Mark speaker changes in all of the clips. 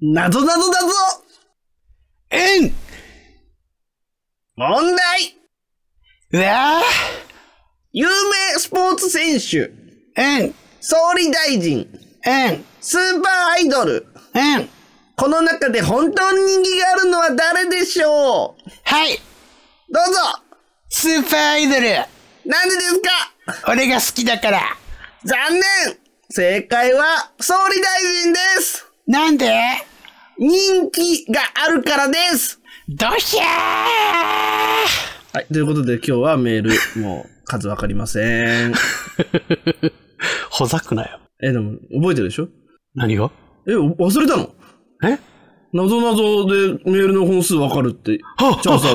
Speaker 1: なぞなぞだぞ
Speaker 2: うん
Speaker 1: 問題
Speaker 2: うわ
Speaker 1: 有名スポーツ選手、
Speaker 2: ぁうん
Speaker 1: 総理大臣、
Speaker 2: うん
Speaker 1: スーパーアイドル。
Speaker 2: うん
Speaker 1: この中で本当に人気があるのは誰でしょう
Speaker 2: はい
Speaker 1: どうぞ
Speaker 2: スーパーアイドル
Speaker 1: なんでですか
Speaker 2: 俺が好きだから
Speaker 1: 残念正解は総理大臣です
Speaker 2: なんで
Speaker 1: 人気があるからです
Speaker 2: どひゃ
Speaker 1: はい、ということで今日はメール、もう数わかりません。
Speaker 2: ーほざくなよ。
Speaker 1: え、でも覚えてるでしょ
Speaker 2: 何が
Speaker 1: え、お忘れたの
Speaker 2: え
Speaker 1: なぞなぞでメールの本数わかるって。チャンスある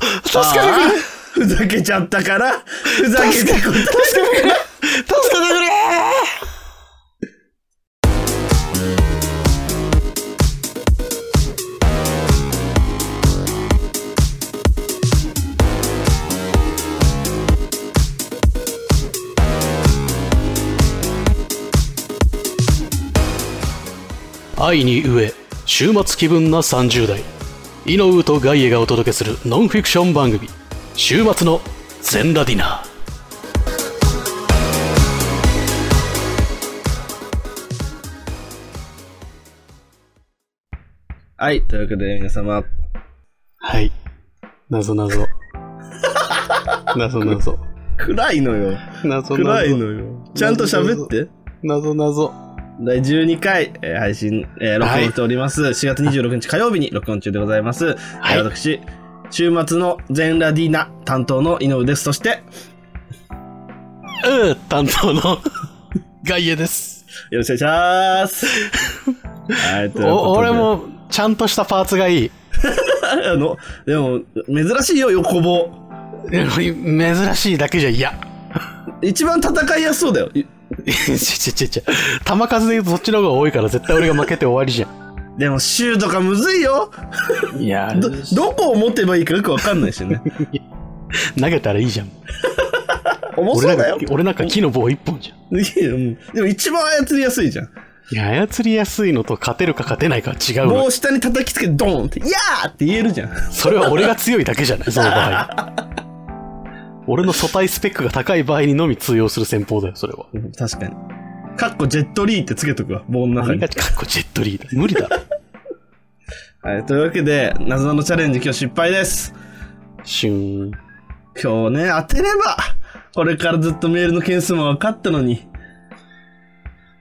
Speaker 1: って。
Speaker 2: 助けてくれ
Speaker 1: あーふざけちゃったから、ふざけてくれ。
Speaker 2: 助けてくれ助けてくれ愛に飢え週末気分な30代イノウとガイエがお届けするノンフィクション番組「週末のゼンラディナー」
Speaker 1: はい、というわけで皆様、
Speaker 2: はい。なぞなぞ。なぞなぞ。
Speaker 1: 暗いのよ。
Speaker 2: なぞな
Speaker 1: 暗い
Speaker 2: ぞ。
Speaker 1: のよ。ちゃんと喋って。
Speaker 2: なぞなぞ。
Speaker 1: 第12回、えー配信、えー録音しております。4月26日火曜日に録音中でございます。
Speaker 2: はい
Speaker 1: えー私、週末のゼンラディーナ担当の井上です。そして、
Speaker 2: うー担当の外野です。
Speaker 1: よろしくお願いし ます。はい、ということで
Speaker 2: お俺。も、ちゃんとしたパーツがいい。
Speaker 1: あの、でも、珍しいよ、横棒。
Speaker 2: でも珍しいだけじゃ嫌。
Speaker 1: 一番戦いやすそうだよ。い
Speaker 2: ちょちょちょちょ。球数で言うとそっちの方が多いから絶対俺が負けて終わりじゃ
Speaker 1: でも、シューとかむずいよ。
Speaker 2: ん。いや
Speaker 1: ど、どこを持てばいいかよくわかんないし ね。
Speaker 2: 投げたらいいじゃん。
Speaker 1: 重そう
Speaker 2: 俺
Speaker 1: だ
Speaker 2: なん
Speaker 1: よ
Speaker 2: か。、俺なんか木の棒一本じゃん。
Speaker 1: いやうんでも一番操りやすいじゃん。
Speaker 2: いや、操りやすいのと勝てるか勝てないかは違うの
Speaker 1: 棒
Speaker 2: よ。
Speaker 1: を下に叩きつけてドーンって、いやーって言えるじゃん。
Speaker 2: それは俺が強いだけじゃ ない、その場合。俺の素体スペックが高い場合にのみ通用する戦法だよ、それは。
Speaker 1: うん確かに。かっこジェットリーってつけとくわ、棒の中
Speaker 2: 何
Speaker 1: に
Speaker 2: が。かっこジェットリーだ。無理だろ。
Speaker 1: はい、というわけで、謎のチャレンジ今日失敗です。
Speaker 2: シューン。
Speaker 1: 今日ね、当てれば、これからずっとメールの件数も分かったのに。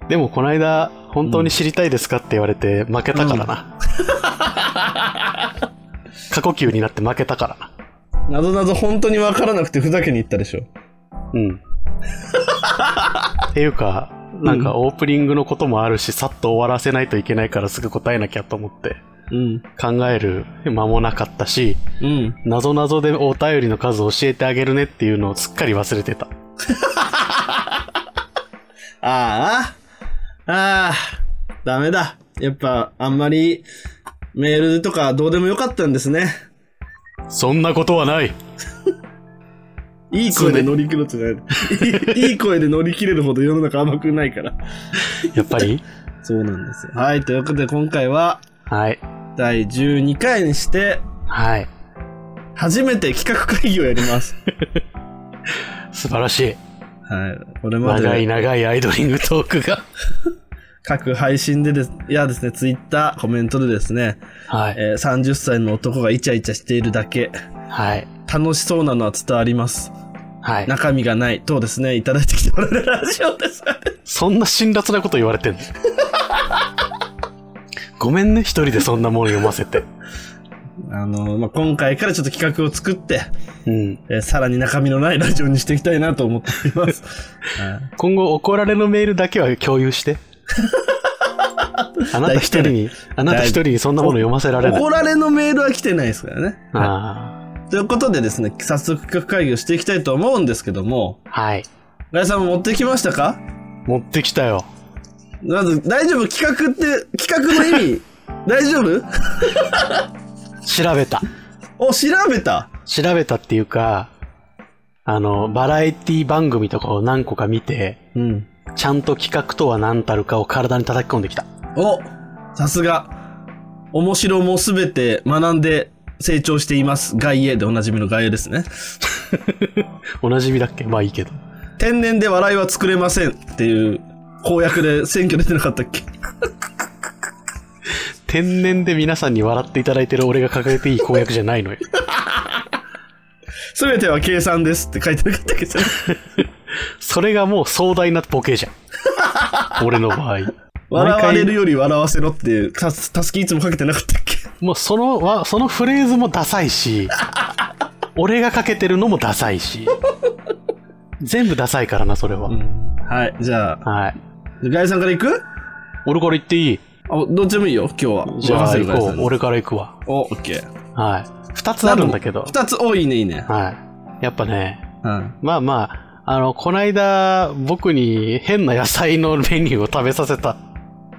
Speaker 2: でもこの間、本当に知りたいですかって言われて負けたからな。過呼吸になって負けたからな。
Speaker 1: 謎謎本当に分からなくてふざけに行ったでしょ。
Speaker 2: うん。っていうか、なんかオープニングのこともあるし、さっと終わらせないといけないからすぐ答えなきゃと思って
Speaker 1: うん。
Speaker 2: 考える間もなかったし、
Speaker 1: うん。
Speaker 2: なぞなぞでお便りの数教えてあげるねっていうのをすっかり忘れてた。
Speaker 1: ああ、ああ、ダメだ。やっぱ、あんまり、メールとかどうでもよかったんですね。
Speaker 2: そんなことはない
Speaker 1: いい声で乗り切ろうじゃ ない。いいいい声で乗り切れるほど世の中甘くないから。
Speaker 2: やっぱり
Speaker 1: そうなんですよ。はい、ということで今回は、
Speaker 2: はい。
Speaker 1: 第12回にして、
Speaker 2: はい。
Speaker 1: 初めて企画会議をやり ます。
Speaker 2: 素晴らしい。
Speaker 1: はい。これま
Speaker 2: 長い
Speaker 1: で
Speaker 2: 長いアイドリングトークが。
Speaker 1: 各配信でです、いやですね、ツイッター、コメントでですね、
Speaker 2: はい。
Speaker 1: えー30歳の男がイチャイチャしているだけ、
Speaker 2: はい。
Speaker 1: 楽しそうなのは伝わります。
Speaker 2: はい。
Speaker 1: 中身がない、とですね、いただいてきておられるラジオです。
Speaker 2: そんな辛辣なこと言われて んのごめんね、一人でそんなもの読ませて。
Speaker 1: あの、まあ、今回からちょっと企画を作って、
Speaker 2: うん。
Speaker 1: えーさらに中身のないラジオにしていきたいなと思ってい ます。はい
Speaker 2: 今後怒られのメールだけは共有 して。あなた一人に、あなた一人にそんなもの読ませられない。
Speaker 1: 怒られのメールは来てないですからね。
Speaker 2: あ
Speaker 1: ということでですね、早速企画会議をしていきたいと思うんですけども、
Speaker 2: あ。はい。
Speaker 1: ガイさんも持ってきましたか
Speaker 2: 持ってきたよ。
Speaker 1: まず、大丈夫企画って、企画の意味、大丈夫
Speaker 2: 調べた。
Speaker 1: お、調べた。
Speaker 2: 調べたっていうか、あの、バラエティ番組とかを何個か見て、
Speaker 1: うん。
Speaker 2: ちゃんと企画とは何たるかを体に叩き込んできた。
Speaker 1: おさすが。面白もすべて学んで成長しています。外栄でおなじみの外栄ですね。
Speaker 2: おなじみだっけまあいいけど。
Speaker 1: 天然で笑いは作れませんっていう公約で選挙出てなかったっけ
Speaker 2: 天然で皆さんに笑っていただいてる俺が掲げていい公約じゃないのよ。
Speaker 1: すべては計算ですって書いてなか ったっけど
Speaker 2: それがもう壮大なボケじゃん。俺の場合。
Speaker 1: 笑われる
Speaker 2: 毎回
Speaker 1: より笑わせろっていうたすたすきいつもかけてなかったっけ
Speaker 2: もうそのわ、そのフレーズもダサいし、俺がかけてるのもダサいし。全部ダサいからな、それは。
Speaker 1: はい、じゃあ、
Speaker 2: はい。
Speaker 1: ガイさんから行く
Speaker 2: 俺から言っていい
Speaker 1: あどっちでもいいよ、今日は。
Speaker 2: じゃ
Speaker 1: 任
Speaker 2: あ
Speaker 1: せる
Speaker 2: 行
Speaker 1: ガ
Speaker 2: こ
Speaker 1: イさん
Speaker 2: う。
Speaker 1: に
Speaker 2: 俺から行くわ。
Speaker 1: お、オッケー。
Speaker 2: はい。二つあるんだけど。
Speaker 1: 二つ、お、いいね、いいね。
Speaker 2: はい。やっぱね、
Speaker 1: うん。
Speaker 2: まあまあ、あの、こないだ、僕に変な野菜のメニューを食べさせた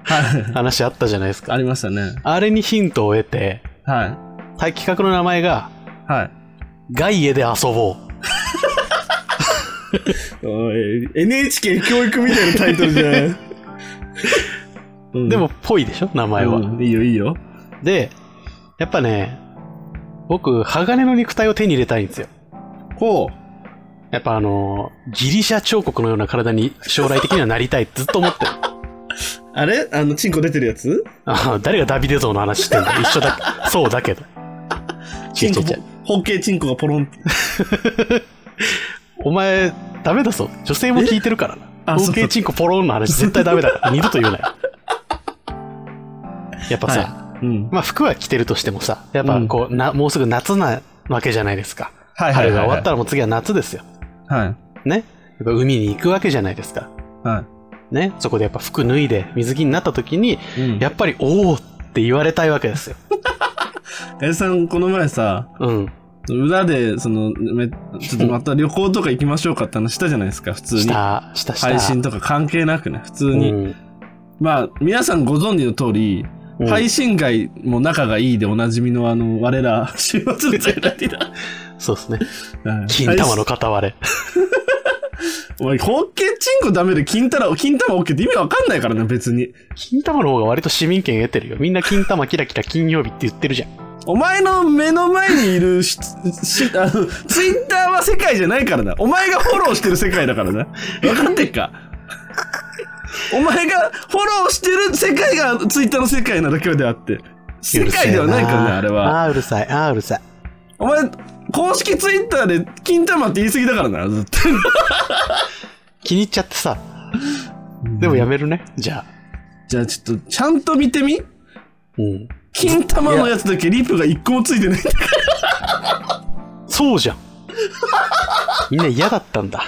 Speaker 1: はい。
Speaker 2: 話あったじゃないですか。
Speaker 1: ありましたね。
Speaker 2: あれにヒントを得て、
Speaker 1: はい。
Speaker 2: はい企画の名前が、
Speaker 1: はい。
Speaker 2: ガイエで遊ぼう。
Speaker 1: おい NHK 教育みたいなタイトルじゃない、 うん
Speaker 2: でも、ぽいでしょ名前は、
Speaker 1: うんいいよいいよ
Speaker 2: で、やっぱね、僕、鋼の肉体を手に入れたいんですよ。
Speaker 1: ほ
Speaker 2: やっぱあの、ギリシャ彫刻のような体に将来的にはなりたい。ずっと思ってる。
Speaker 1: うあれあのチンコ出てるやつ
Speaker 2: ああ誰がダビデ像の話してんの 一緒だけ。そうだけど。
Speaker 1: チンコ
Speaker 2: 違う違う違う
Speaker 1: 方形チンコがポロンって
Speaker 2: お前、ダメだぞ。女性も聞いてるからな。
Speaker 1: あそう
Speaker 2: 統計チンコポロンの話絶対ダメだ から。二度と言うなよ。やっぱさ、
Speaker 1: はいうん
Speaker 2: まあ服は着てるとしてもさ、やっぱこう、な、もうすぐ夏なわけじゃないですか。
Speaker 1: はいはい
Speaker 2: 春
Speaker 1: は
Speaker 2: が
Speaker 1: い
Speaker 2: 終わ
Speaker 1: は
Speaker 2: ったらもう次は夏ですよ。
Speaker 1: いはい
Speaker 2: ね。やっぱ海に行くわけじゃないですか。
Speaker 1: は
Speaker 2: ね。そこでやっぱ服脱いで水着になった時に、
Speaker 1: いうん
Speaker 2: やっぱりおおって言われたいわけですよ。
Speaker 1: ガイさんこの前さ
Speaker 2: うん。
Speaker 1: 裏でそのめちょっとまた旅行とか行きましょうかって話したじゃないですか普通に
Speaker 2: 下、下、下。
Speaker 1: 配信とか関係なくね普通に、
Speaker 2: うん
Speaker 1: まあ皆さんご存知の通り
Speaker 2: うん
Speaker 1: 配信外も仲がいいでおなじみのあの我ら週末のゼラティだ
Speaker 2: そうです ね。
Speaker 1: はい
Speaker 2: 金玉の片割れ。
Speaker 1: おい、ホッケーチンコダメで金太郎、金玉オッケーって意味わかんないからね、別に。
Speaker 2: 金玉の方が割と市民権得てるよ。みんな金玉キラキラ金曜日って言ってるじゃん。
Speaker 1: お前の目の前にいるし、 しあの、ツイッターは世界じゃないからな。お前がフォローしてる世界だからな。分かってっか。お前がフォローしてる世界がツイッターの世界なだけであって。 世界ではないからね、あれは。
Speaker 2: あーうるさい、あーうるさい。
Speaker 1: お前、公式ツイッターで金玉って言い過ぎだからな、ずっと。
Speaker 2: 気に入っちゃってさ。でもやめるね、じゃあ。
Speaker 1: じゃあちょっと、ちゃんと見てみ
Speaker 2: うん。
Speaker 1: 金玉のやつだけリップが一個もついてないんだ
Speaker 2: そうじ ゃん。みんな嫌だったんだ。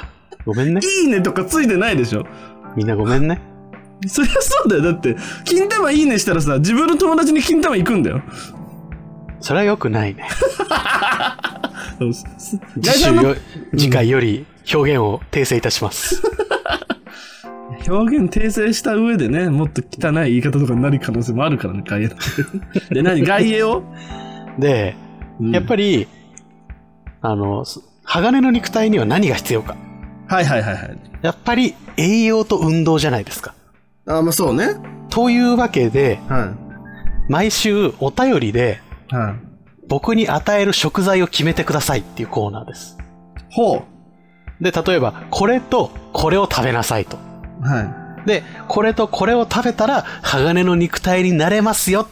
Speaker 2: ごめんね。
Speaker 1: いいねとかついてないでしょ。
Speaker 2: みんなごめんね。
Speaker 1: そりゃそうだよ。だって、金玉いいねしたらさ、自分の友達に金玉行くんだよ。
Speaker 2: それは良くないね。
Speaker 1: ガイさ
Speaker 2: 次週
Speaker 1: んの
Speaker 2: よ、次回より表現を訂正いた します。
Speaker 1: 表現訂正した上でね、もっと汚い言い方とかになる可能性もあるからね、外野で、 何外野を、
Speaker 2: で、やっぱり、あの、そ鋼の肉体には何が必要か。
Speaker 1: はいはいはいはい。
Speaker 2: やっぱり栄養と運動じゃないですか。
Speaker 1: あ、まあそうね。はい。
Speaker 2: というわけで、
Speaker 1: は
Speaker 2: 毎週お便りで
Speaker 1: い。
Speaker 2: 僕に与える食材を決めてくださいっていうコーナーです。
Speaker 1: ほ
Speaker 2: で、例えば、これとこれを食べなさいと。
Speaker 1: う。は
Speaker 2: で、これとこれを食べたら鋼の肉体になれますよ。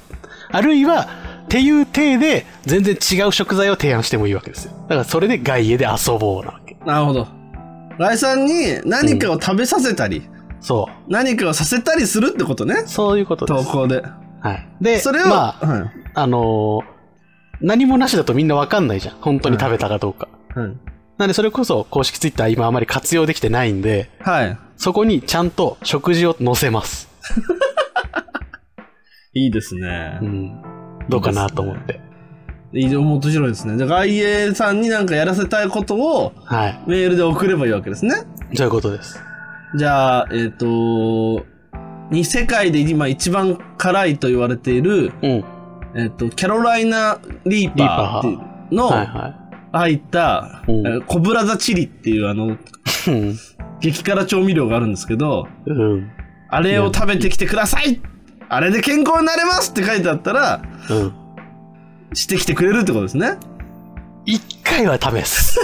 Speaker 2: あるいは、っていう体で全然違う食材を提案してもいいわけですよ。だからそれで外野で遊ぼうなわけ。
Speaker 1: い。なるほど。ガイさんに何かを食べさせたり、
Speaker 2: そ
Speaker 1: 何かをさせたりするってことね
Speaker 2: う。。そういうことで
Speaker 1: 投
Speaker 2: す。
Speaker 1: 稿で。
Speaker 2: はい。で、
Speaker 1: それを、
Speaker 2: まあ、
Speaker 1: はい。
Speaker 2: あのー何もなしだとみんなわかんないじゃん。本当に食べたかどうか。
Speaker 1: はい。
Speaker 2: なんでそれこそ公式ツイッター今あまり活用できてないんで、
Speaker 1: はい。
Speaker 2: そこにちゃんと食事を載せます。
Speaker 1: いいですね
Speaker 2: う。ん。どうかなと思って。
Speaker 1: いい面白いですね。じゃあ、外衛さんになんかやらせたいことを
Speaker 2: はい。
Speaker 1: メールで送ればいいわけですね。
Speaker 2: そういうことです。
Speaker 1: じゃあ、えっ、と、に世界で今一番辛いと言われている、
Speaker 2: うん。
Speaker 1: えっ、と、キャロライナ・リーパ
Speaker 2: リー
Speaker 1: ーの
Speaker 2: はいは
Speaker 1: 入った、
Speaker 2: うん
Speaker 1: えーコブラザチリっていうあの、
Speaker 2: い。うん
Speaker 1: 激辛調味料があるんですけど、
Speaker 2: うん。
Speaker 1: あれを食べてきてくださいっあれで健康になれますって書いてあったら、
Speaker 2: うん。
Speaker 1: してきてくれるってことですね。
Speaker 2: 一回は 試す。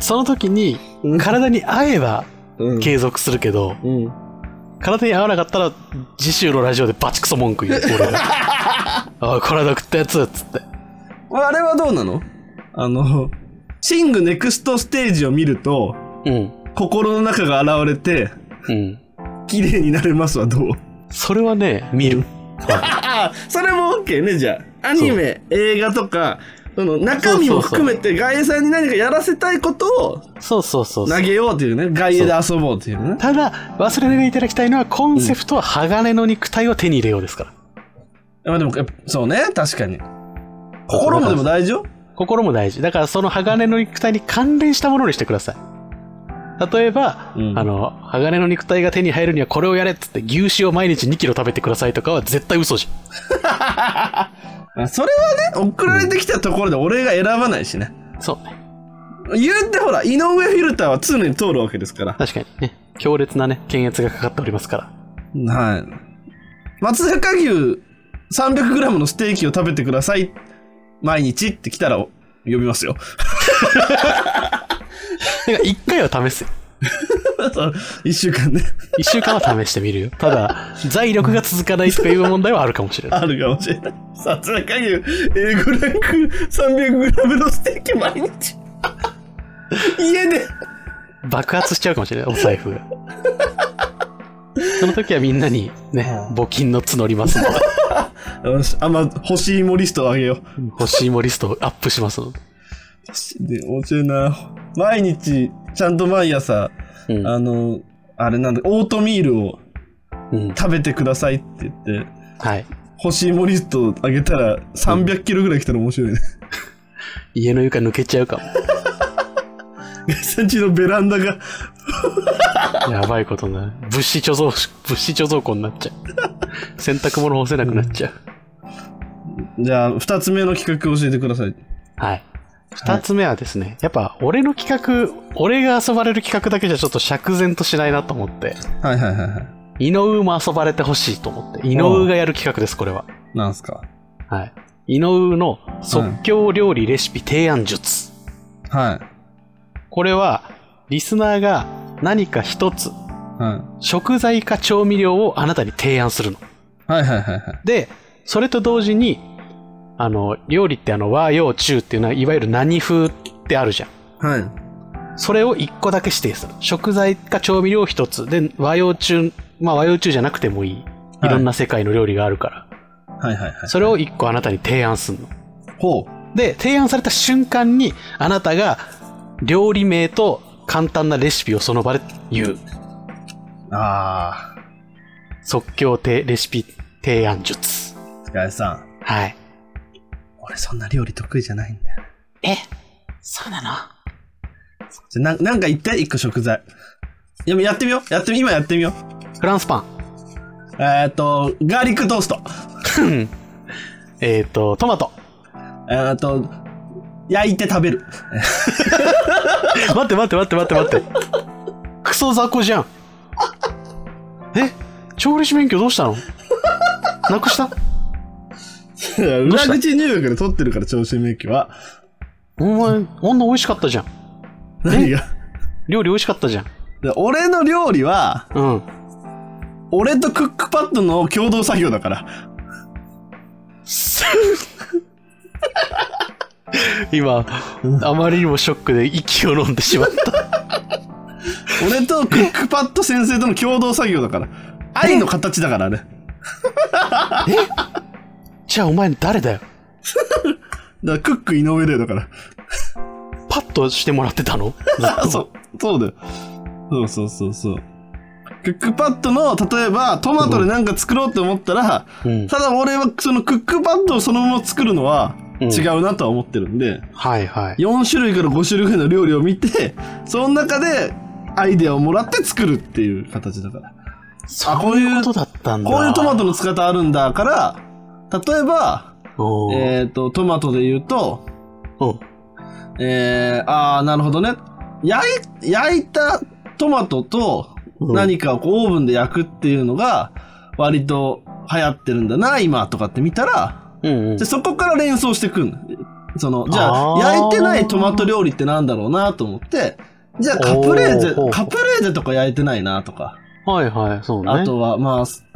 Speaker 2: その時に
Speaker 1: うん、
Speaker 2: 体に合えば
Speaker 1: うん
Speaker 2: 継続するけど、
Speaker 1: うん。
Speaker 2: 体に合わなかったら、次週のラジオでバチクソ文句言う、俺 が。おい、これだ食ったやつっつって。
Speaker 1: あれはどうなのあの、シングネクストステージを見ると、
Speaker 2: うん。
Speaker 1: 心の中が現れて、
Speaker 2: うん。
Speaker 1: 綺麗になれますはどう
Speaker 2: それはね、見る。
Speaker 1: ああ、それも OK ね、じゃあ。アニメ、映画とか、その中身も含めて外衛さんに何かやらせたいことを
Speaker 2: そうそうそうそう
Speaker 1: 投げようというね、外衛で遊ぼうというね。
Speaker 2: ただ、忘れないでいただきたいのは、コンセプトは鋼の肉体を手に入れようですから。
Speaker 1: まあでも、やっぱそうね、確かに。心もでも大丈夫
Speaker 2: 心も大事。だから、その鋼の肉体に関連したものにしてください。例えば、
Speaker 1: うん
Speaker 2: あの、鋼の肉体が手に入るにはこれをやれっつって、牛脂を毎日2キロ食べてくださいとかは絶対嘘じ
Speaker 1: あそれはね、送られてきたところで俺が選ばないしね。
Speaker 2: ゃん。そうね。
Speaker 1: 言うてほら、井上フィルターは常に通るわけですから。
Speaker 2: 確かにね。強烈なね、検閲がかかっておりますから。
Speaker 1: はい。松坂牛 300g のステーキを食べてください。毎日って来たらお呼びますよ。
Speaker 2: だから、一回は試すよ。
Speaker 1: 一週間ね、
Speaker 2: 一週間は試してみるよ。ただ、財力が続かないとかいう問題はあるかもしれない。
Speaker 1: あるかもしれない。松坂牛 A5 ランク 300g のステーキ毎日。家で。
Speaker 2: 爆発しちゃうかもしれない、お財布が。その時はみんなにね、募金の募りますので、
Speaker 1: よし、あんま欲しいもリストをあげよう。
Speaker 2: 欲しいもリストをアップしますので。
Speaker 1: で、面白いな。毎日、ちゃんと毎朝、
Speaker 2: うん
Speaker 1: あの、あれなんだ、オートミールを
Speaker 2: うん。
Speaker 1: 食べてくださいって言って、
Speaker 2: はい。
Speaker 1: 欲しいもリストあげたら300キロぐらい来たら面白 いね。
Speaker 2: 家の床抜けちゃうかも。
Speaker 1: ガイさんちのベランダが、
Speaker 2: やばいことになる。物資貯蔵、物資貯蔵庫になっちゃう。洗濯物干せなくなっちゃう。
Speaker 1: じゃあ2つ目の企画教えてください。
Speaker 2: はい。二つ目はですね、やっぱ俺の企画、俺が遊ばれる企画だけじゃちょっと釈然としないなと思って、
Speaker 1: はいはいはいはい。
Speaker 2: 井上も遊ばれてほしいと思って、井上がやる企画です、これは。
Speaker 1: なんすか
Speaker 2: はい。井上の即興料理レシピ提案術。
Speaker 1: はい。
Speaker 2: これは、リスナーが何か一つ、
Speaker 1: は
Speaker 2: 食材か調味料をあなたに提案するの。
Speaker 1: い。はいはいはいはい。
Speaker 2: で、それと同時に、あの、料理ってあの、和洋中っていうのは、いわゆる何風ってあるじゃん。
Speaker 1: はい。
Speaker 2: それを一個だけ指定する。食材か調味料一つ。で、和洋中、まあ和洋中じゃなくてもいい。
Speaker 1: はい
Speaker 2: いろんな世界の料理があるから。
Speaker 1: はいはいはい。
Speaker 2: それを一個あなたに提案するの。
Speaker 1: ほ
Speaker 2: で、提案された瞬間に、あなたが料理名と簡単なレシピをその場で言う。
Speaker 1: う。あ
Speaker 2: 即興てレシピ提案術。
Speaker 1: ー、ガイさん。
Speaker 2: はい。
Speaker 1: 俺そんな料理得意じゃないんだよ。
Speaker 2: えそうなの
Speaker 1: じゃあ、なんなんか言って、1個食材。いややってみよう。やってみ、今やってみよう。
Speaker 2: フランスパ
Speaker 1: えーっと、ガーリックトースト。
Speaker 2: ン。えっと、トマト。
Speaker 1: えーっと、焼いて食べる。
Speaker 2: 待って待って待って待って待って。クソ雑魚じゃん。え調理師免許どうしたのなくした
Speaker 1: 裏口入学で取ってるから、調子免許は。
Speaker 2: お前、あんな美味しかったじゃん。
Speaker 1: 何が
Speaker 2: 料理美味しかったじゃん。
Speaker 1: で俺の料理は、
Speaker 2: うん。
Speaker 1: 俺とクックパッドの共同作業だから。
Speaker 2: 今、あまりにもショックで息を飲んでしまった。
Speaker 1: 俺とクックパッド先生との共同作業だから。愛の形だからね。
Speaker 2: じゃあお前誰だよ
Speaker 1: だからクック井上だよだから。
Speaker 2: パッとしてもらって たのずっ
Speaker 1: あ、
Speaker 2: と
Speaker 1: そう、そうだよ。そうそうそうそう。クックパッドの、例えば、トマトでなんか作ろうと思ったら、
Speaker 2: うん
Speaker 1: ただ俺はそのクックパッドをそのまま作るのは
Speaker 2: うん
Speaker 1: 違うなとは思ってるんで、
Speaker 2: はいはい。
Speaker 1: 4種類から5種類ぐらいの料理を見て、その中でアイデアをもらって作るっていう形だから。
Speaker 2: そういうことだったんだ。
Speaker 1: こういうトマトの使い方あるんだから、例えば、
Speaker 2: おー
Speaker 1: えっ、と、トマトで言うと、
Speaker 2: うん
Speaker 1: えー、あー、なるほどね。焼い、焼いたトマトと、
Speaker 2: うん
Speaker 1: 何かをこうオーブンで焼くっていうのが、割と流行ってるんだな、今とかって見たら、
Speaker 2: うんうん
Speaker 1: でそこから連想してくんのその、じゃあ
Speaker 2: あ、ー
Speaker 1: 焼いてないトマト料理ってなんだろうなと思って、じゃあカプレーゼ
Speaker 2: おーほうほ、う
Speaker 1: カプレーゼとか焼いてないなとか、
Speaker 2: はいはい、そうね。
Speaker 1: あとは、まあ、す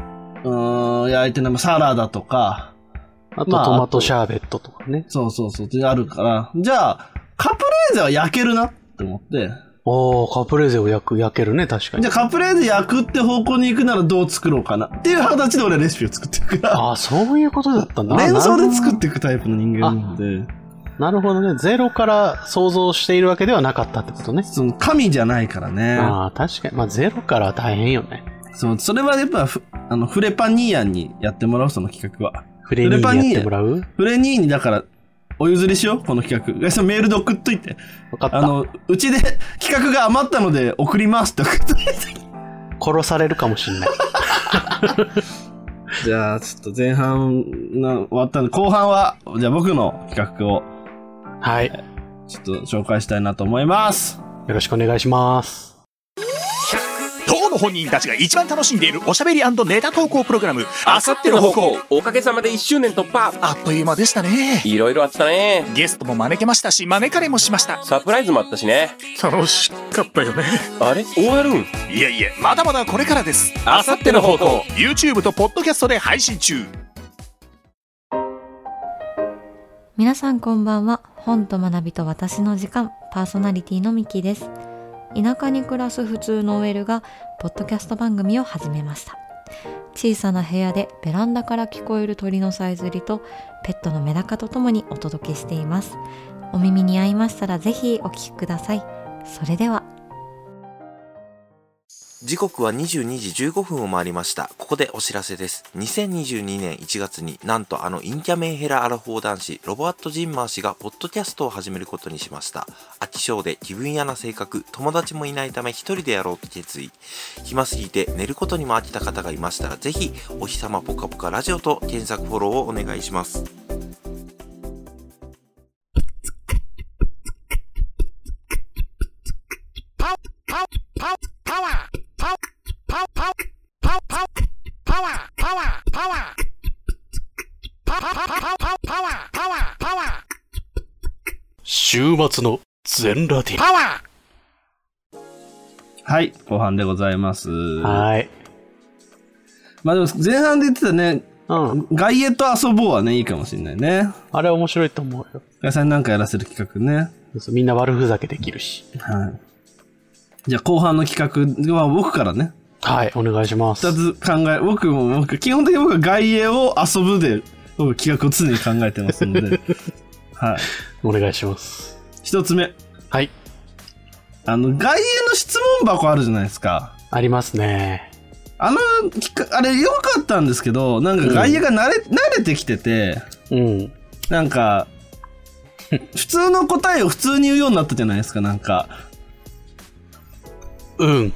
Speaker 1: うーん、焼いてない、まあサラダとか、
Speaker 2: あと
Speaker 1: まあ
Speaker 2: トマトシャーベットとかね。
Speaker 1: そうそうそう、ってあるから、じゃあ、カプレーゼは焼けるなって思って、
Speaker 2: おおカプレーゼを焼く、焼けるね、確か
Speaker 1: じ
Speaker 2: に
Speaker 1: ゃあ。カプレーゼ焼くって方向に行くならどう作ろうかなっていう形で俺はレシピを作っていくか
Speaker 2: ああ、そういうことだったんだ。
Speaker 1: ら、連想で
Speaker 2: っ
Speaker 1: 作っていくタイプの人間なので、
Speaker 2: なるほどね。ゼロから想像しているわけではなかったってことね。
Speaker 1: その神じゃないからね。
Speaker 2: ああ、確かに。まあ、ゼロからは大変よね。
Speaker 1: そう、それはやっぱフ、あの、フレパニーヤンにやってもらう、その企画は。
Speaker 2: フレニーにやってもらう
Speaker 1: フレニーにだから、お譲りしよう、この企画。えそのメールで送っといて。
Speaker 2: 分か
Speaker 1: あ
Speaker 2: った。
Speaker 1: の、うちで企画が余ったので送りますって送っといて。
Speaker 2: 殺されるかもしん ない。
Speaker 1: じゃあ、ちょっと前半が終わったんで、後半は、じゃあ僕の企画を
Speaker 2: はい。
Speaker 1: ちょっと紹介したいなと思います。
Speaker 2: よろしくお願いします。
Speaker 3: 当の本人たちが一番楽しんでいるおしゃべりネタ投稿プログラム、あさっての方向。
Speaker 4: おかげさまで1周年突破
Speaker 3: あっという間でしたね。
Speaker 4: いろいろあったね
Speaker 3: ゲストも招けましたし、招かれもしました。
Speaker 4: サプライズもあったしね
Speaker 3: 楽しかったよね。
Speaker 4: あれ終わるん
Speaker 3: いえいえ、まだまだこれからです。
Speaker 4: あさっての方向
Speaker 3: YouTube とポッドキャストで配信中。
Speaker 5: 皆さんこんばんは本と学びと私の時間パーソナリティのミキです田舎に暮らす普通の OL がポッドキャスト番組を始めました小さな部屋でベランダから聞こえる鳥のさえずりとペットのメダカとともにお届けしていますお耳に合いましたらぜひお聞きくださいそれでは
Speaker 6: 時刻は22時15分を回りました。ここでお知らせです。2022年1月になんとあのインキャメンヘラアラフォー男子ロバート・ジンマー氏がポッドキャストを始めることにしました。飽き性で気分屋な性格、友達もいないため一人でやろうと決意。暇すぎて寝ることにも飽きた方がいましたらぜひお日様ぽかぽかラジオと検索フォローをお願いします。
Speaker 2: 週末の全ラティ。
Speaker 1: はい、後半でございます。
Speaker 2: はい。
Speaker 1: まあでも前半で言ってたね、
Speaker 2: うん。
Speaker 1: 外野と遊ぼうはね、いいかもしれないね。
Speaker 2: あれ面白いと思うよ。
Speaker 1: 外野さんなんかやらせる企画ね。
Speaker 2: みんな悪ふざけできるし。
Speaker 1: はい。じゃあ後半の企画は僕からね、
Speaker 2: はい、お願いします
Speaker 1: 二。つ考え、僕も僕、基本的に僕は外野を遊ぶで、僕企画を常に考えてますの で。はい。
Speaker 2: お願いします。
Speaker 1: 一つ目。
Speaker 2: はい。
Speaker 1: あの、外野の質問箱あるじゃないですか。
Speaker 2: ありますね。
Speaker 1: あの企画、あれ良かったんですけど、なんか外野が慣れ,、慣れてきてて、
Speaker 2: うん。
Speaker 1: なんか、普通の答えを普通に言うようになったじゃないですか、なんか。
Speaker 2: うん。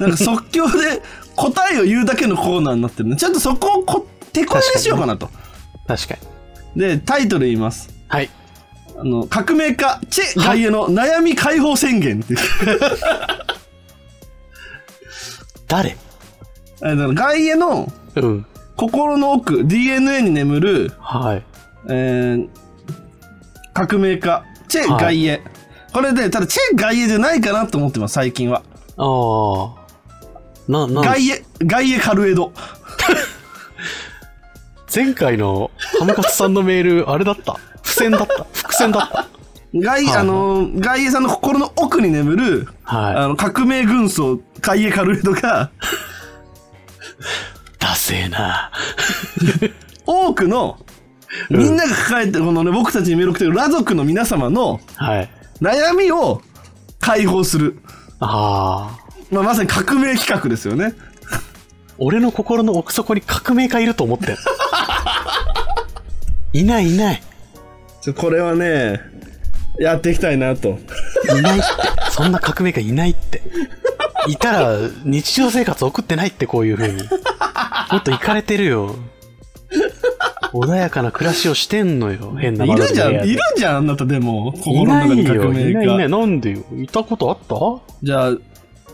Speaker 1: なんか即興で 答えを言うだけのコーナーになってるねちょっとそこをこ、手こ入れしようかなと。
Speaker 2: 確かに。
Speaker 1: で、タイトル言います。
Speaker 2: はい。
Speaker 1: あの、革命家、チェ・ガイエの悩み解放宣言っていう。
Speaker 2: 誰
Speaker 1: あれだからガイエの
Speaker 2: うん。
Speaker 1: 心の奥、DNA に眠る、
Speaker 2: はい。
Speaker 1: えー革命家、チェ・
Speaker 2: はい
Speaker 1: ガイエ。これで、ただ、チェ・ガイエじゃないかなと思ってます、最近は。
Speaker 2: ああ。な、なん
Speaker 1: ガイエ、ガイエ・カルエド。
Speaker 2: 前回のハムカツさんのメール、あれだった。付箋だった。伏線だった。
Speaker 1: ガイ、
Speaker 2: はい
Speaker 1: あのー、ガイエさんの心の奥に眠る、あ
Speaker 2: は
Speaker 1: の、革命軍曹、ガイエ・カルエド が、
Speaker 2: い。ダセえな。
Speaker 1: 多くの、
Speaker 2: うん
Speaker 1: みんなが抱えてる、このね、僕たちにメールを送ってる、ラ族の皆様の
Speaker 2: はい。
Speaker 1: 悩みを解放する。
Speaker 2: ああ。
Speaker 1: まあ、まさに革命企画ですよね。
Speaker 2: 俺の心の奥底に革命家いると思ってん いないいない。
Speaker 1: ちょこれはね、やっていきたいなと。
Speaker 2: いないって。そんな革命家いないって。いたら、日常生活送ってないって、こういう風に。もっと行かれてるよ。穏やかな暮らしをしてんのよ、変ない窓
Speaker 1: る
Speaker 2: の部
Speaker 1: じゃ
Speaker 2: 屋
Speaker 1: ん、
Speaker 2: で
Speaker 1: いるじゃん、あなたでも。
Speaker 2: い
Speaker 1: 心
Speaker 2: な
Speaker 1: の中
Speaker 2: い
Speaker 1: に革
Speaker 2: よ、
Speaker 1: 命
Speaker 2: いないいない。
Speaker 1: 家。
Speaker 2: なんでよ。いたことあった
Speaker 1: じゃあ、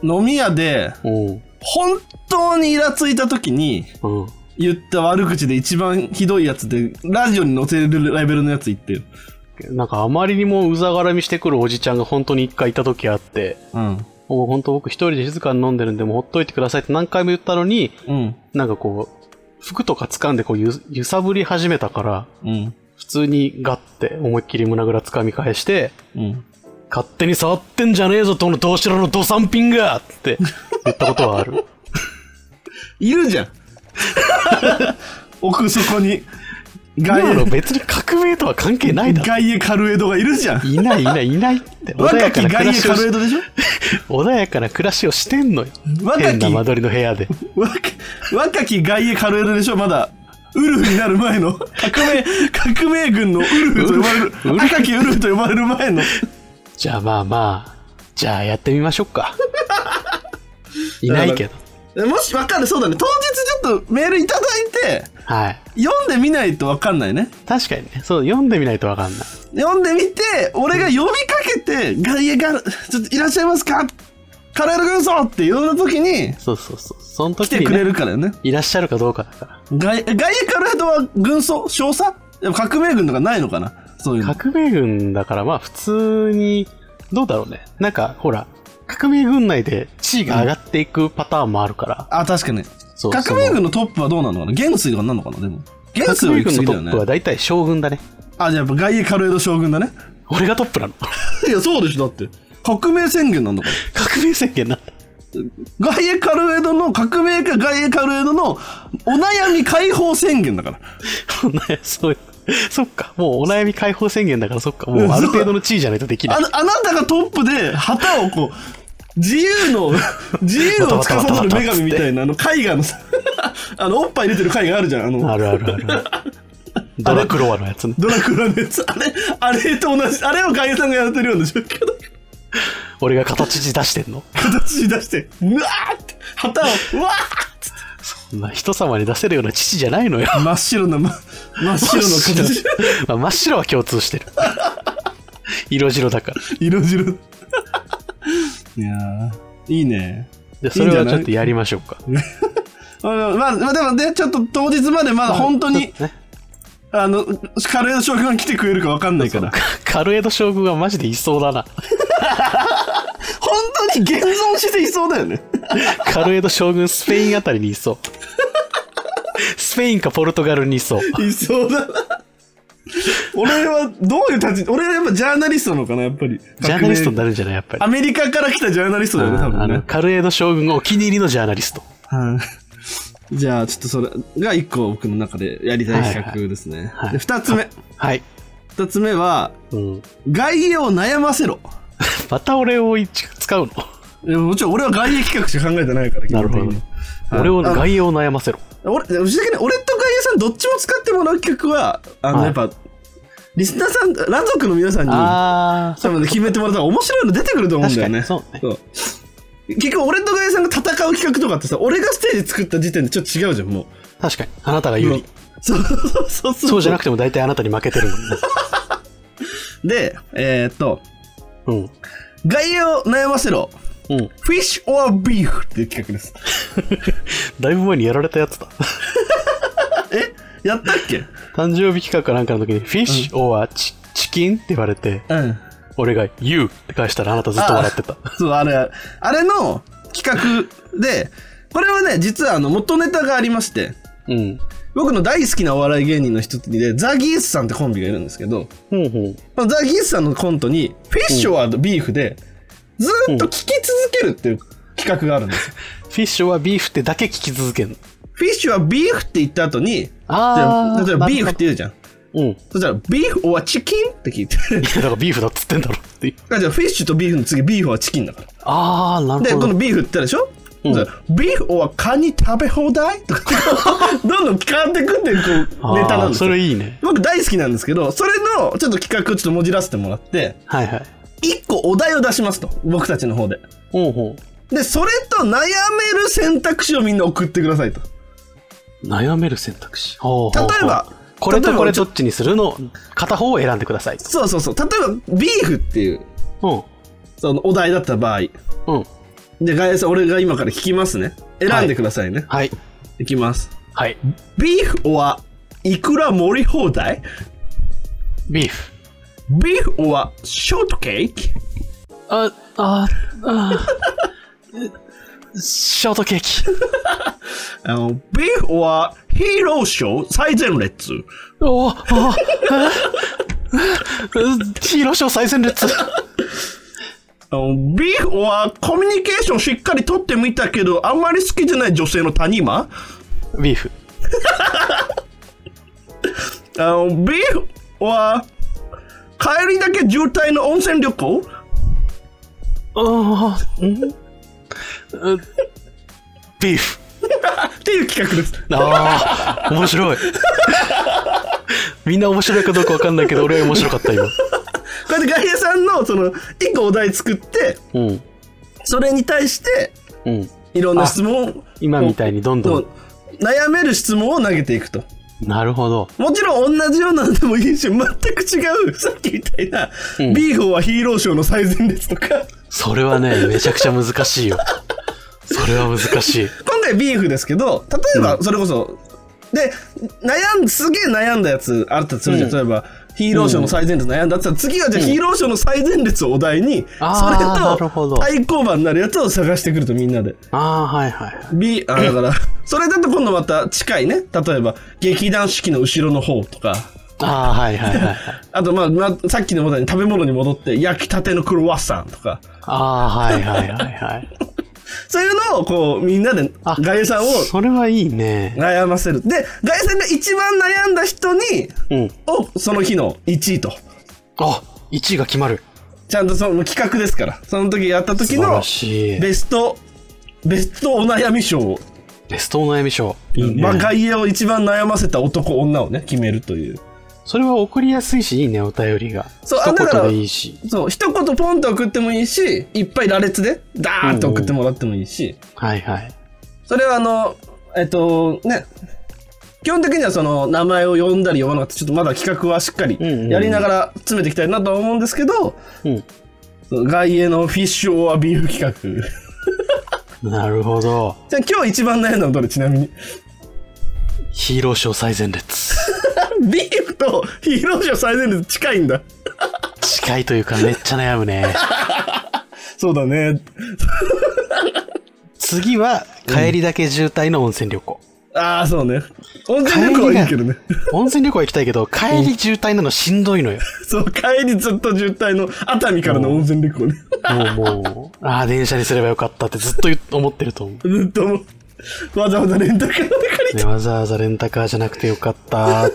Speaker 1: 飲み屋で、
Speaker 2: おう。
Speaker 1: 本当にイラついた時に、
Speaker 2: うん。
Speaker 1: 言った悪口で一番ひどいやつで、ラジオに載せるレベルのやつ言ってる。
Speaker 2: なんかあまりにもうざがらみしてくるおじちゃんが本当に一回いた時あって、
Speaker 1: うん。
Speaker 2: もう本当僕一人で静かに飲んでるんで、もうほっといてくださいって何回も言ったのに、
Speaker 1: うん。
Speaker 2: なんかこう、服とか掴んでこうゆ揺さぶり始めたから、
Speaker 1: うん。
Speaker 2: 普通にガッて思いっきり胸ぐら掴み返して、
Speaker 1: うん。
Speaker 2: 勝手に触ってんじゃねえぞ、どのどうしろのドサンピンがって言ったことはある。
Speaker 1: いるじゃん。奥底に。外
Speaker 2: 今の
Speaker 1: 野、
Speaker 2: 別に革命とは関係ないだろ。
Speaker 1: 外野カルエドがいるじゃん。
Speaker 2: いないいないいないって。穏や
Speaker 1: 若
Speaker 2: か
Speaker 1: き
Speaker 2: な
Speaker 1: 外
Speaker 2: 暮ら
Speaker 1: 野
Speaker 2: し
Speaker 1: カ
Speaker 2: を
Speaker 1: ルエ
Speaker 2: し
Speaker 1: ドでしょ
Speaker 2: 穏やかな暮らしをしてんのよ。
Speaker 1: 若き
Speaker 2: 変な間取りの部屋で。
Speaker 1: 若若き外野カルエドでしょまだウルフになる前の革命革命軍のウルフと呼ばれる
Speaker 2: ウルフ
Speaker 1: 赤きウルフと呼ばれる前の
Speaker 2: じゃあまあまあ、じゃあやってみましょ うか。いないけど。
Speaker 1: もし分かるそうだね当日ちょっとメールいただいて
Speaker 2: はい。
Speaker 1: 読んでみないと分かんないね
Speaker 2: 確かにね。そう、読んでみないとわかんない。
Speaker 1: 読んでみて俺が呼びかけて「外野がちょっといらっしゃいますか?」「カルエド軍曹!」って呼んだ時に
Speaker 2: そうそうそう。その
Speaker 1: 来
Speaker 2: 時
Speaker 1: て
Speaker 2: に、
Speaker 1: くれ
Speaker 2: ね、
Speaker 1: るからね
Speaker 2: いらっしゃるかどうかだか
Speaker 1: 外外野カルエドは軍曹少佐でも革命軍とかないのかなそういう
Speaker 2: ら。
Speaker 1: の
Speaker 2: 革命軍だからまあ普通に、どうだろうね。なんか、ほら、革命軍内で地位が上がっていくパターンもあるから。
Speaker 1: あ確かに
Speaker 2: そう
Speaker 1: 革命軍のトップはどうなのかな元帥とかになるのかなでも元
Speaker 2: そ
Speaker 1: 帥は
Speaker 2: の革命
Speaker 1: 行き
Speaker 2: 軍
Speaker 1: 過
Speaker 2: の
Speaker 1: ぎだよ
Speaker 2: トップは
Speaker 1: ね
Speaker 2: 大体将軍だね。
Speaker 1: あじゃあやっぱ外衛カルエド将軍だね
Speaker 2: 俺がトップなの。
Speaker 1: いやそうでしょだって革命宣言なんだか
Speaker 2: 革命宣言なん だ。
Speaker 1: ら外衛カルエドの革命家外衛カルエドのお悩み解放宣言だから
Speaker 2: そんなそうそっか。もうお悩み解放宣言だからそっか。もうある程度の地位じゃないとできない
Speaker 1: あ。なあなたがトップで旗をこう自由 の自由を司る女神みたいなあの絵画のさ あのおっぱい出てる絵画あるじゃんあの
Speaker 2: あるあるある ある。ドラクロワのやつね。
Speaker 1: ドラクラのやつあれあれと同じあれを外衛さんがやってるような状況だ
Speaker 2: 俺が形に出して んの。
Speaker 1: 形に出して、うわーって、旗を、うわーっつっ
Speaker 2: そんな人様に出せるような父じゃないのよ。
Speaker 1: て真っ白な、ま真っ白の形。
Speaker 2: まあ真っ白は共通 してる。色白だから。
Speaker 1: 色白。いやー、いいね。
Speaker 2: じゃあそれ
Speaker 1: いいんじゃ
Speaker 2: は
Speaker 1: ない
Speaker 2: ちょっとやりましょうか。
Speaker 1: まあ、まあ、まあでもね、ちょっと当日までまだ本当に、
Speaker 2: ちょっとね
Speaker 1: あの、カレーの将軍が来てくれるか分かんないから。
Speaker 2: カルエド将軍はマジでいそう だな。
Speaker 1: 本当に現存していそうだよね。
Speaker 2: カルエド将軍スペインあたりにいそう。スペインかポルトガルにいそう。
Speaker 1: いそうだな。俺はどういう立ち、俺はやっぱジャーナリストなのかな、やっぱり。
Speaker 2: ジャーナリストになるんじゃないやっぱり
Speaker 1: ア。メリカから来たジャーナリストだよね、多
Speaker 2: あ
Speaker 1: 分
Speaker 2: の
Speaker 1: ね。
Speaker 2: カルエド将軍がお気に入りのジャーナリスト。
Speaker 1: はい。じゃあ、ちょっとそれが一個僕の中でやりたい企画ですね
Speaker 2: はいは。い
Speaker 1: で二つ目。
Speaker 2: はい。
Speaker 1: 二つ目は、
Speaker 2: うん、
Speaker 1: 外野を悩ませろ。
Speaker 2: また俺を一使うの、
Speaker 1: いやもちろん俺は外野企画しか考えてないから、
Speaker 2: なるほど
Speaker 1: 基本的にはい
Speaker 2: 俺を
Speaker 1: あの
Speaker 2: 概要を悩ませろ。
Speaker 1: 俺、うちだけね、俺と外野さんどっちも使ってもらう企画は、あの、
Speaker 2: はい
Speaker 1: やっぱ、リスナーさん、ラ族の皆さんに、
Speaker 2: ああ、
Speaker 1: 多分ね決めてもらったら面白いの出てくると思うんだよね。
Speaker 2: 確かに
Speaker 1: そう結局、俺と外野さんが戦う企画とかってさ、俺がステージ作った時点でちょっと違うじゃん、もう。
Speaker 2: 確かに。あなたが有利。
Speaker 1: そうそうそうそう。
Speaker 2: そうじゃな
Speaker 1: く
Speaker 2: くても大体あなたに負けてるもんね。
Speaker 1: で、えーっと、
Speaker 2: うん。
Speaker 1: 外野を悩ませろ。
Speaker 2: うん。
Speaker 1: フィッシュ or beef っていう企画です。
Speaker 2: だいぶ前にやられたやつだ。
Speaker 1: やったっけ
Speaker 2: 誕生日企画かなんかの時に、フィッシュ、オアチ、チキンって言われて、
Speaker 1: うん。
Speaker 2: 俺が、You って返したらあなたずっと笑ってた。
Speaker 1: そう、あれ、あれの企画で、これはね、実はあの元ネタがありまして、
Speaker 2: うん。
Speaker 1: 僕の大好きなお笑い芸人の一つで、ザギースさんってコンビがいるんですけど、
Speaker 2: ほうほう。
Speaker 1: このザギースさんのコントに、フィッシュ or beef で、ずーっと聞き続けるっていう企画があるんですよ。
Speaker 2: フィッシュはビーフってだけ聞き続けるの。
Speaker 1: フィッシュ or beef って言った後に、
Speaker 2: あー
Speaker 1: 例えばビーフって言うじゃん。
Speaker 2: うん。い
Speaker 1: そしたら、ビーフ or チキンって聞いて。
Speaker 2: や、だからビーフだっつってんだろっていう。
Speaker 1: あじゃあフィッシュとビーフの次ビーフはチキンだから
Speaker 2: あー、な
Speaker 1: で
Speaker 2: る
Speaker 1: こ
Speaker 2: ほ
Speaker 1: の
Speaker 2: ど。
Speaker 1: ビーフって言ったでしょ、
Speaker 2: うん
Speaker 1: じゃあビーフはカニ食べ放題とか どんどん変わってくっていうこ
Speaker 2: あ
Speaker 1: う
Speaker 2: ー
Speaker 1: ネタなんです
Speaker 2: そ
Speaker 1: よ
Speaker 2: れいいね。
Speaker 1: 僕大好きなんですけどそれのちょっと企画をちょっともじらせてもらって
Speaker 2: はいはい。
Speaker 1: 1個お題を出しますと僕たちの方で
Speaker 2: ほうほ
Speaker 1: でそれと悩める選択肢をみんな送ってくださいと
Speaker 2: う。悩める選択肢。ほうほうほう
Speaker 1: 例えば
Speaker 2: これ
Speaker 1: 例え
Speaker 2: と
Speaker 1: ば
Speaker 2: これどっちにするの片方を選んでください。
Speaker 1: そうそうそう例えばビーフっていう
Speaker 2: うん。
Speaker 1: そのお題だった場合
Speaker 2: うん。
Speaker 1: じゃあ、ガイさん、俺が今から聞きますね。選んでくださいね。
Speaker 2: はい。
Speaker 1: い、きます。
Speaker 2: はい。
Speaker 1: ビーフ or いくら盛り放題
Speaker 2: ビーフ。
Speaker 1: ビーフ or ショートケーキ
Speaker 2: あ、あ、あー、ショートケーキ。
Speaker 1: あのビーフ or ヒーローショー最前列。
Speaker 2: おーあー、うんヒーローショー最前列。
Speaker 1: あのビーフ or コミュニケーションしっかり取ってみたけど、あんまり好きじゃない女性の谷間
Speaker 2: ビーフ。
Speaker 1: あのビーフ or 帰りだけ渋滞の温泉旅行
Speaker 2: ああ、んうんビーフ。
Speaker 1: っていう企画です。
Speaker 2: ああ、面白い。みんな面白いかどうかわかんないけど、俺は面白かった、今。
Speaker 1: これでガイエさんのその一個お題作って
Speaker 2: うん。
Speaker 1: それに対して
Speaker 2: うん。
Speaker 1: いろんな質問を
Speaker 2: 今みたいにどんど。
Speaker 1: そうん悩める質問を投げていくと
Speaker 2: なるほど。
Speaker 1: もちろん同じようなのでもいいし全く違う さっきみたいな、
Speaker 2: うん
Speaker 1: ビーフはヒーローショーの最前列と か
Speaker 2: それはね、めちゃくちゃ難しいよ。それは難しい。
Speaker 1: 今回ビーフですけど例えばそれこそ、で悩んすげえ悩んだやつあったとするじゃん、
Speaker 2: うん
Speaker 1: 例えばヒーローショーの最前列悩んだって言ったら次はじゃあヒーローショーの最前列をお題に、それ
Speaker 2: あーなるほ
Speaker 1: と
Speaker 2: ど
Speaker 1: 対抗馬になるやつを探してくるとみんなで
Speaker 2: ああ、はいはい。
Speaker 1: B、あ、だから、それだと今度また近いね。例えば、劇団四季の後ろの方とか、
Speaker 2: ああ、はいはいはいはい。
Speaker 1: あと、まあ、まあ、さっきの問題に食べ物に戻って、焼きたてのクロワッサンとか、
Speaker 2: ああー、はいはいはいはい。
Speaker 1: そういうのを、こう、みんなで、
Speaker 2: あ
Speaker 1: ガエさんを
Speaker 2: それはいいね。
Speaker 1: 悩ませる。で、ガエさんが一番悩んだ人に、
Speaker 2: うん。
Speaker 1: を、その日の1位と。
Speaker 2: あ、1位が決まる。
Speaker 1: ちゃんとその企画ですから。その時やった時
Speaker 2: 素晴
Speaker 1: の
Speaker 2: ら、しい。
Speaker 1: ベスト、ベストお悩み賞を、
Speaker 2: ベストお悩み賞。いいね。
Speaker 1: まあ、ガイエを一番悩ませた男、女をね、決めるという。
Speaker 2: それは送りやすいし、いいね、お便りが。
Speaker 1: そうあ
Speaker 2: 一
Speaker 1: だから
Speaker 2: 言でいいし。
Speaker 1: そう、一言ポンと送ってもいいし、いっぱい羅列で、ダーッと送ってもらってもいいし、
Speaker 2: はいはい。
Speaker 1: それはあの、えっと、ね、基本的にはその名前を呼んだり呼ばなかったりちょっとまだ企画はしっかり
Speaker 2: うんうん
Speaker 1: やりながら詰めていきたいなとは思うんですけど、
Speaker 2: うん。
Speaker 1: 外へのフィッシュオアビーフ企画。
Speaker 2: なるほど。
Speaker 1: じゃあ今日一番悩んだのどれちなみに。
Speaker 2: ヒーローショー最前列。
Speaker 1: ビーフとヒーローショー最前列近いんだ。
Speaker 2: 近いというか、めっちゃ悩む ね。
Speaker 1: そうだね。
Speaker 2: 次は、帰りだけ渋滞の温泉旅行。
Speaker 1: ああ、そうね。温泉旅行はいいけどね。
Speaker 2: 温泉旅行は行きたいけど、帰り渋滞なのしんどいのよ。
Speaker 1: そう、帰りずっと渋滞の熱海からの温泉旅行ね。
Speaker 2: もうもう、ああ、電車にすればよかったってずっと言う思ってると思う。
Speaker 1: ずっともうわざわざレンタカーで借り
Speaker 2: ねわざわざレンタカーじゃなくてよか った。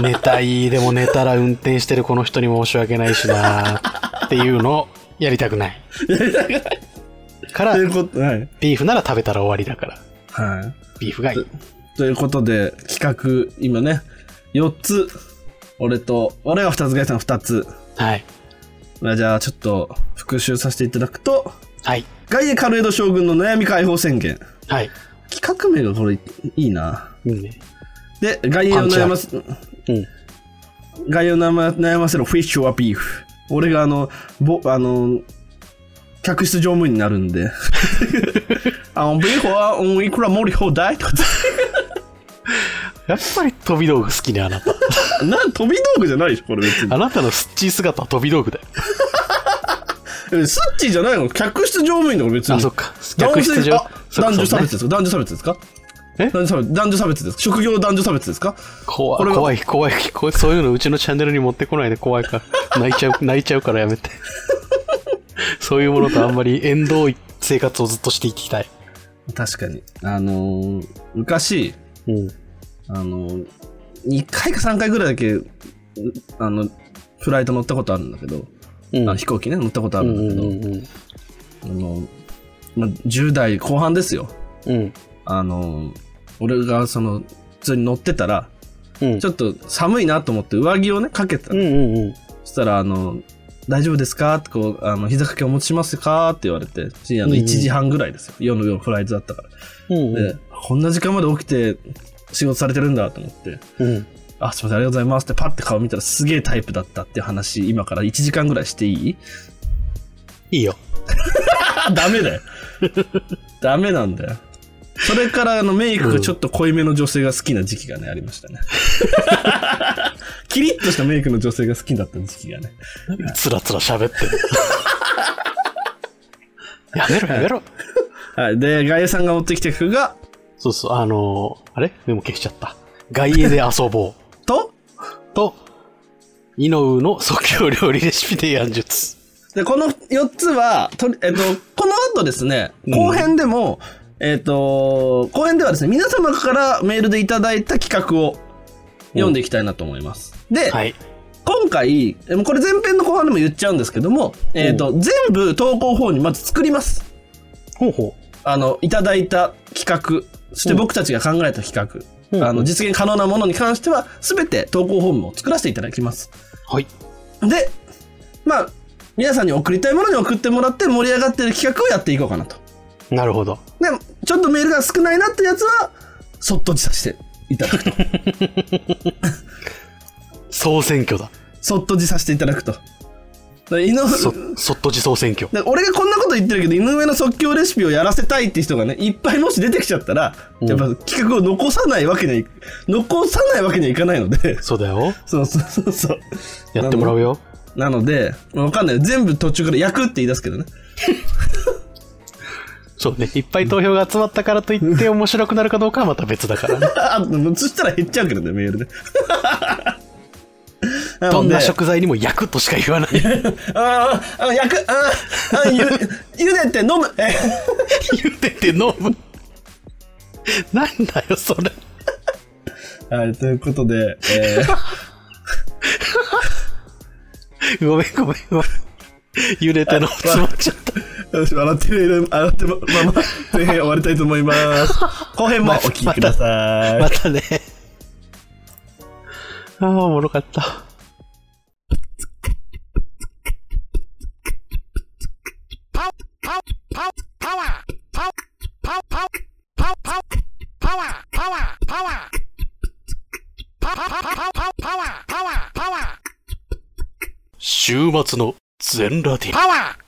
Speaker 2: 寝たい。でも寝たら運転してるこの人に申し訳ないしな。っていうのをやりたくない。から
Speaker 1: と、いうことはい、
Speaker 2: ビーフなら食べたら終わりだから。
Speaker 1: は
Speaker 2: ビーフがいい。
Speaker 1: い、ということで企画今ね4つ俺と俺が2つガイさん2つ
Speaker 2: はい。
Speaker 1: まあじゃあちょっと復習させていただくと
Speaker 2: はい。
Speaker 1: 「ガイエカルエド将軍の悩み解放宣言
Speaker 2: はい。」
Speaker 1: 企画名がこれいいな
Speaker 2: うんね。
Speaker 1: で「ガイエを悩ます
Speaker 2: うん。
Speaker 1: ガイエを悩ま悩ませるフィッシュはビーフ」俺があのぼあの客室乗務員になるんであのビーフはうんいくら盛り放題とか
Speaker 2: やっぱり飛び道具好きね、あなた。
Speaker 1: なん飛び道具じゃないでしょこれ別に
Speaker 2: あなたのスッチー姿は飛び道具だよ。
Speaker 1: えスッチーじゃないの客室乗務員だから別に
Speaker 2: あ、そっか。
Speaker 1: 男
Speaker 2: 客
Speaker 1: 性
Speaker 2: 室上
Speaker 1: あ。男女差別で
Speaker 2: そ
Speaker 1: すか男女差別ですか
Speaker 2: え
Speaker 1: 男女差別男女差別ですか職業男女差別ですか
Speaker 2: 怖
Speaker 1: これ
Speaker 2: い、
Speaker 1: は
Speaker 2: 怖い、怖い、怖い。そういうのうちのチャンネルに持ってこないで怖いから。泣いちゃう、 泣いちゃうからやめて。そういうものとあんまり縁遠い生活をずっとしていきたい。
Speaker 1: 確かにあのー昔
Speaker 2: うん。
Speaker 1: あのー、2回か3回ぐらいだけうあのフライト乗ったことあるんだけど、
Speaker 2: うん。
Speaker 1: あの飛行機ね乗ったことあ
Speaker 2: う
Speaker 1: る
Speaker 2: ん
Speaker 1: んだけど、
Speaker 2: うんうん
Speaker 1: あのまあ、10代後半ですよ
Speaker 2: うん。
Speaker 1: あのー俺がその普通に乗ってたら
Speaker 2: うん。
Speaker 1: ちょっと寒いなと思って上着をねかけた
Speaker 2: うんうんうん。
Speaker 1: そしたら、あの、大丈夫ですかってこう、あの、膝掛けお持ちしますかって言われて、深夜の
Speaker 2: うんう
Speaker 1: 1
Speaker 2: ん
Speaker 1: 時半ぐらいですよ。夜の夜フライトだったから。
Speaker 2: うん
Speaker 1: で、こんな時間まで起きて仕事されてるんだと思って、
Speaker 2: うん。
Speaker 1: あ、すいません、ありがとうございますってパッて顔見たらすげえタイプだったっていう話、今から1時間ぐらいしていい
Speaker 2: いいよ。
Speaker 1: ダメだよ。 ダメなんだよ。それからあのメイクがちょっと濃いめの女性が好きな時期がね、ありま したね。キリッとしたメイクの女性が好きだった時期がね。
Speaker 2: つらつら喋 ってる。やめろやめろ。
Speaker 1: はい。で、ガエさんが持ってきた曲が、
Speaker 2: そうそう、あのーあれメモ消しちゃった。外野で遊ぼ
Speaker 1: と、
Speaker 2: う。と、イノウの即興料理レシピでやん術。
Speaker 1: で、この4つは、とりえっと、この後ですね、
Speaker 2: ん
Speaker 1: 後編でも、えっと、後編ではですね、皆様からメールでいただいた企画を読んでいきたいなと思います。で、
Speaker 2: はい。
Speaker 1: 今回、えもうこれ前編の後半でも言っちゃうんですけども、えっ、と、全部投稿法にまず作ります。
Speaker 2: ほうほ
Speaker 1: あの、いただいた企画、そして
Speaker 2: うん
Speaker 1: 僕たちが考えた企
Speaker 2: うん
Speaker 1: 画、あの、実現可能なものに関しては、すべて投稿フォームを作らせていただきます。
Speaker 2: う。はい。
Speaker 1: で、まあ、皆さんに送りたいものに送ってもらって盛り上がってる企画をやっていこうかなと。
Speaker 2: なるほど。
Speaker 1: で、ちょっとメールが少ないなってやつは、そっと辞させていただく と。
Speaker 2: 総選挙だ。
Speaker 1: そっと辞させていただくと。で井上
Speaker 2: そ、そっと自総選挙。
Speaker 1: で俺がこんなこと言ってるけど井上の即興レシピをやらせたいって人がねいっぱいもし出てきちゃったら、
Speaker 2: うん
Speaker 1: やっぱ企画を残さないわけにはい残さないわけにはいかないので
Speaker 2: そうだよ。
Speaker 1: そうそうそうそう
Speaker 2: やってもらうよ。
Speaker 1: なのでわかんない全部途中から焼くって言い出すけどね
Speaker 2: そうね。いっぱい投票が集まったからといって面白くなるかどうかはまた別だ からね。
Speaker 1: あそしたら減っちゃうけどねメールでな
Speaker 2: ど
Speaker 1: の
Speaker 2: ん
Speaker 1: で
Speaker 2: な食材にも焼くとしか 言わない。
Speaker 1: あーあー焼くあーあーゆゆ でて飲むえ
Speaker 2: 茹でて飲む。なんだよ、それ。
Speaker 1: はいということで、え ー
Speaker 2: ごめん、ご めん、ごめん。茹でて飲む。詰まっちゃった。
Speaker 1: 私笑ってる笑ってもまあまあ前編終わりたいと思います後編もお聞きください
Speaker 2: またね。ああ、おもろかった。週末の全ラティ。
Speaker 3: パワー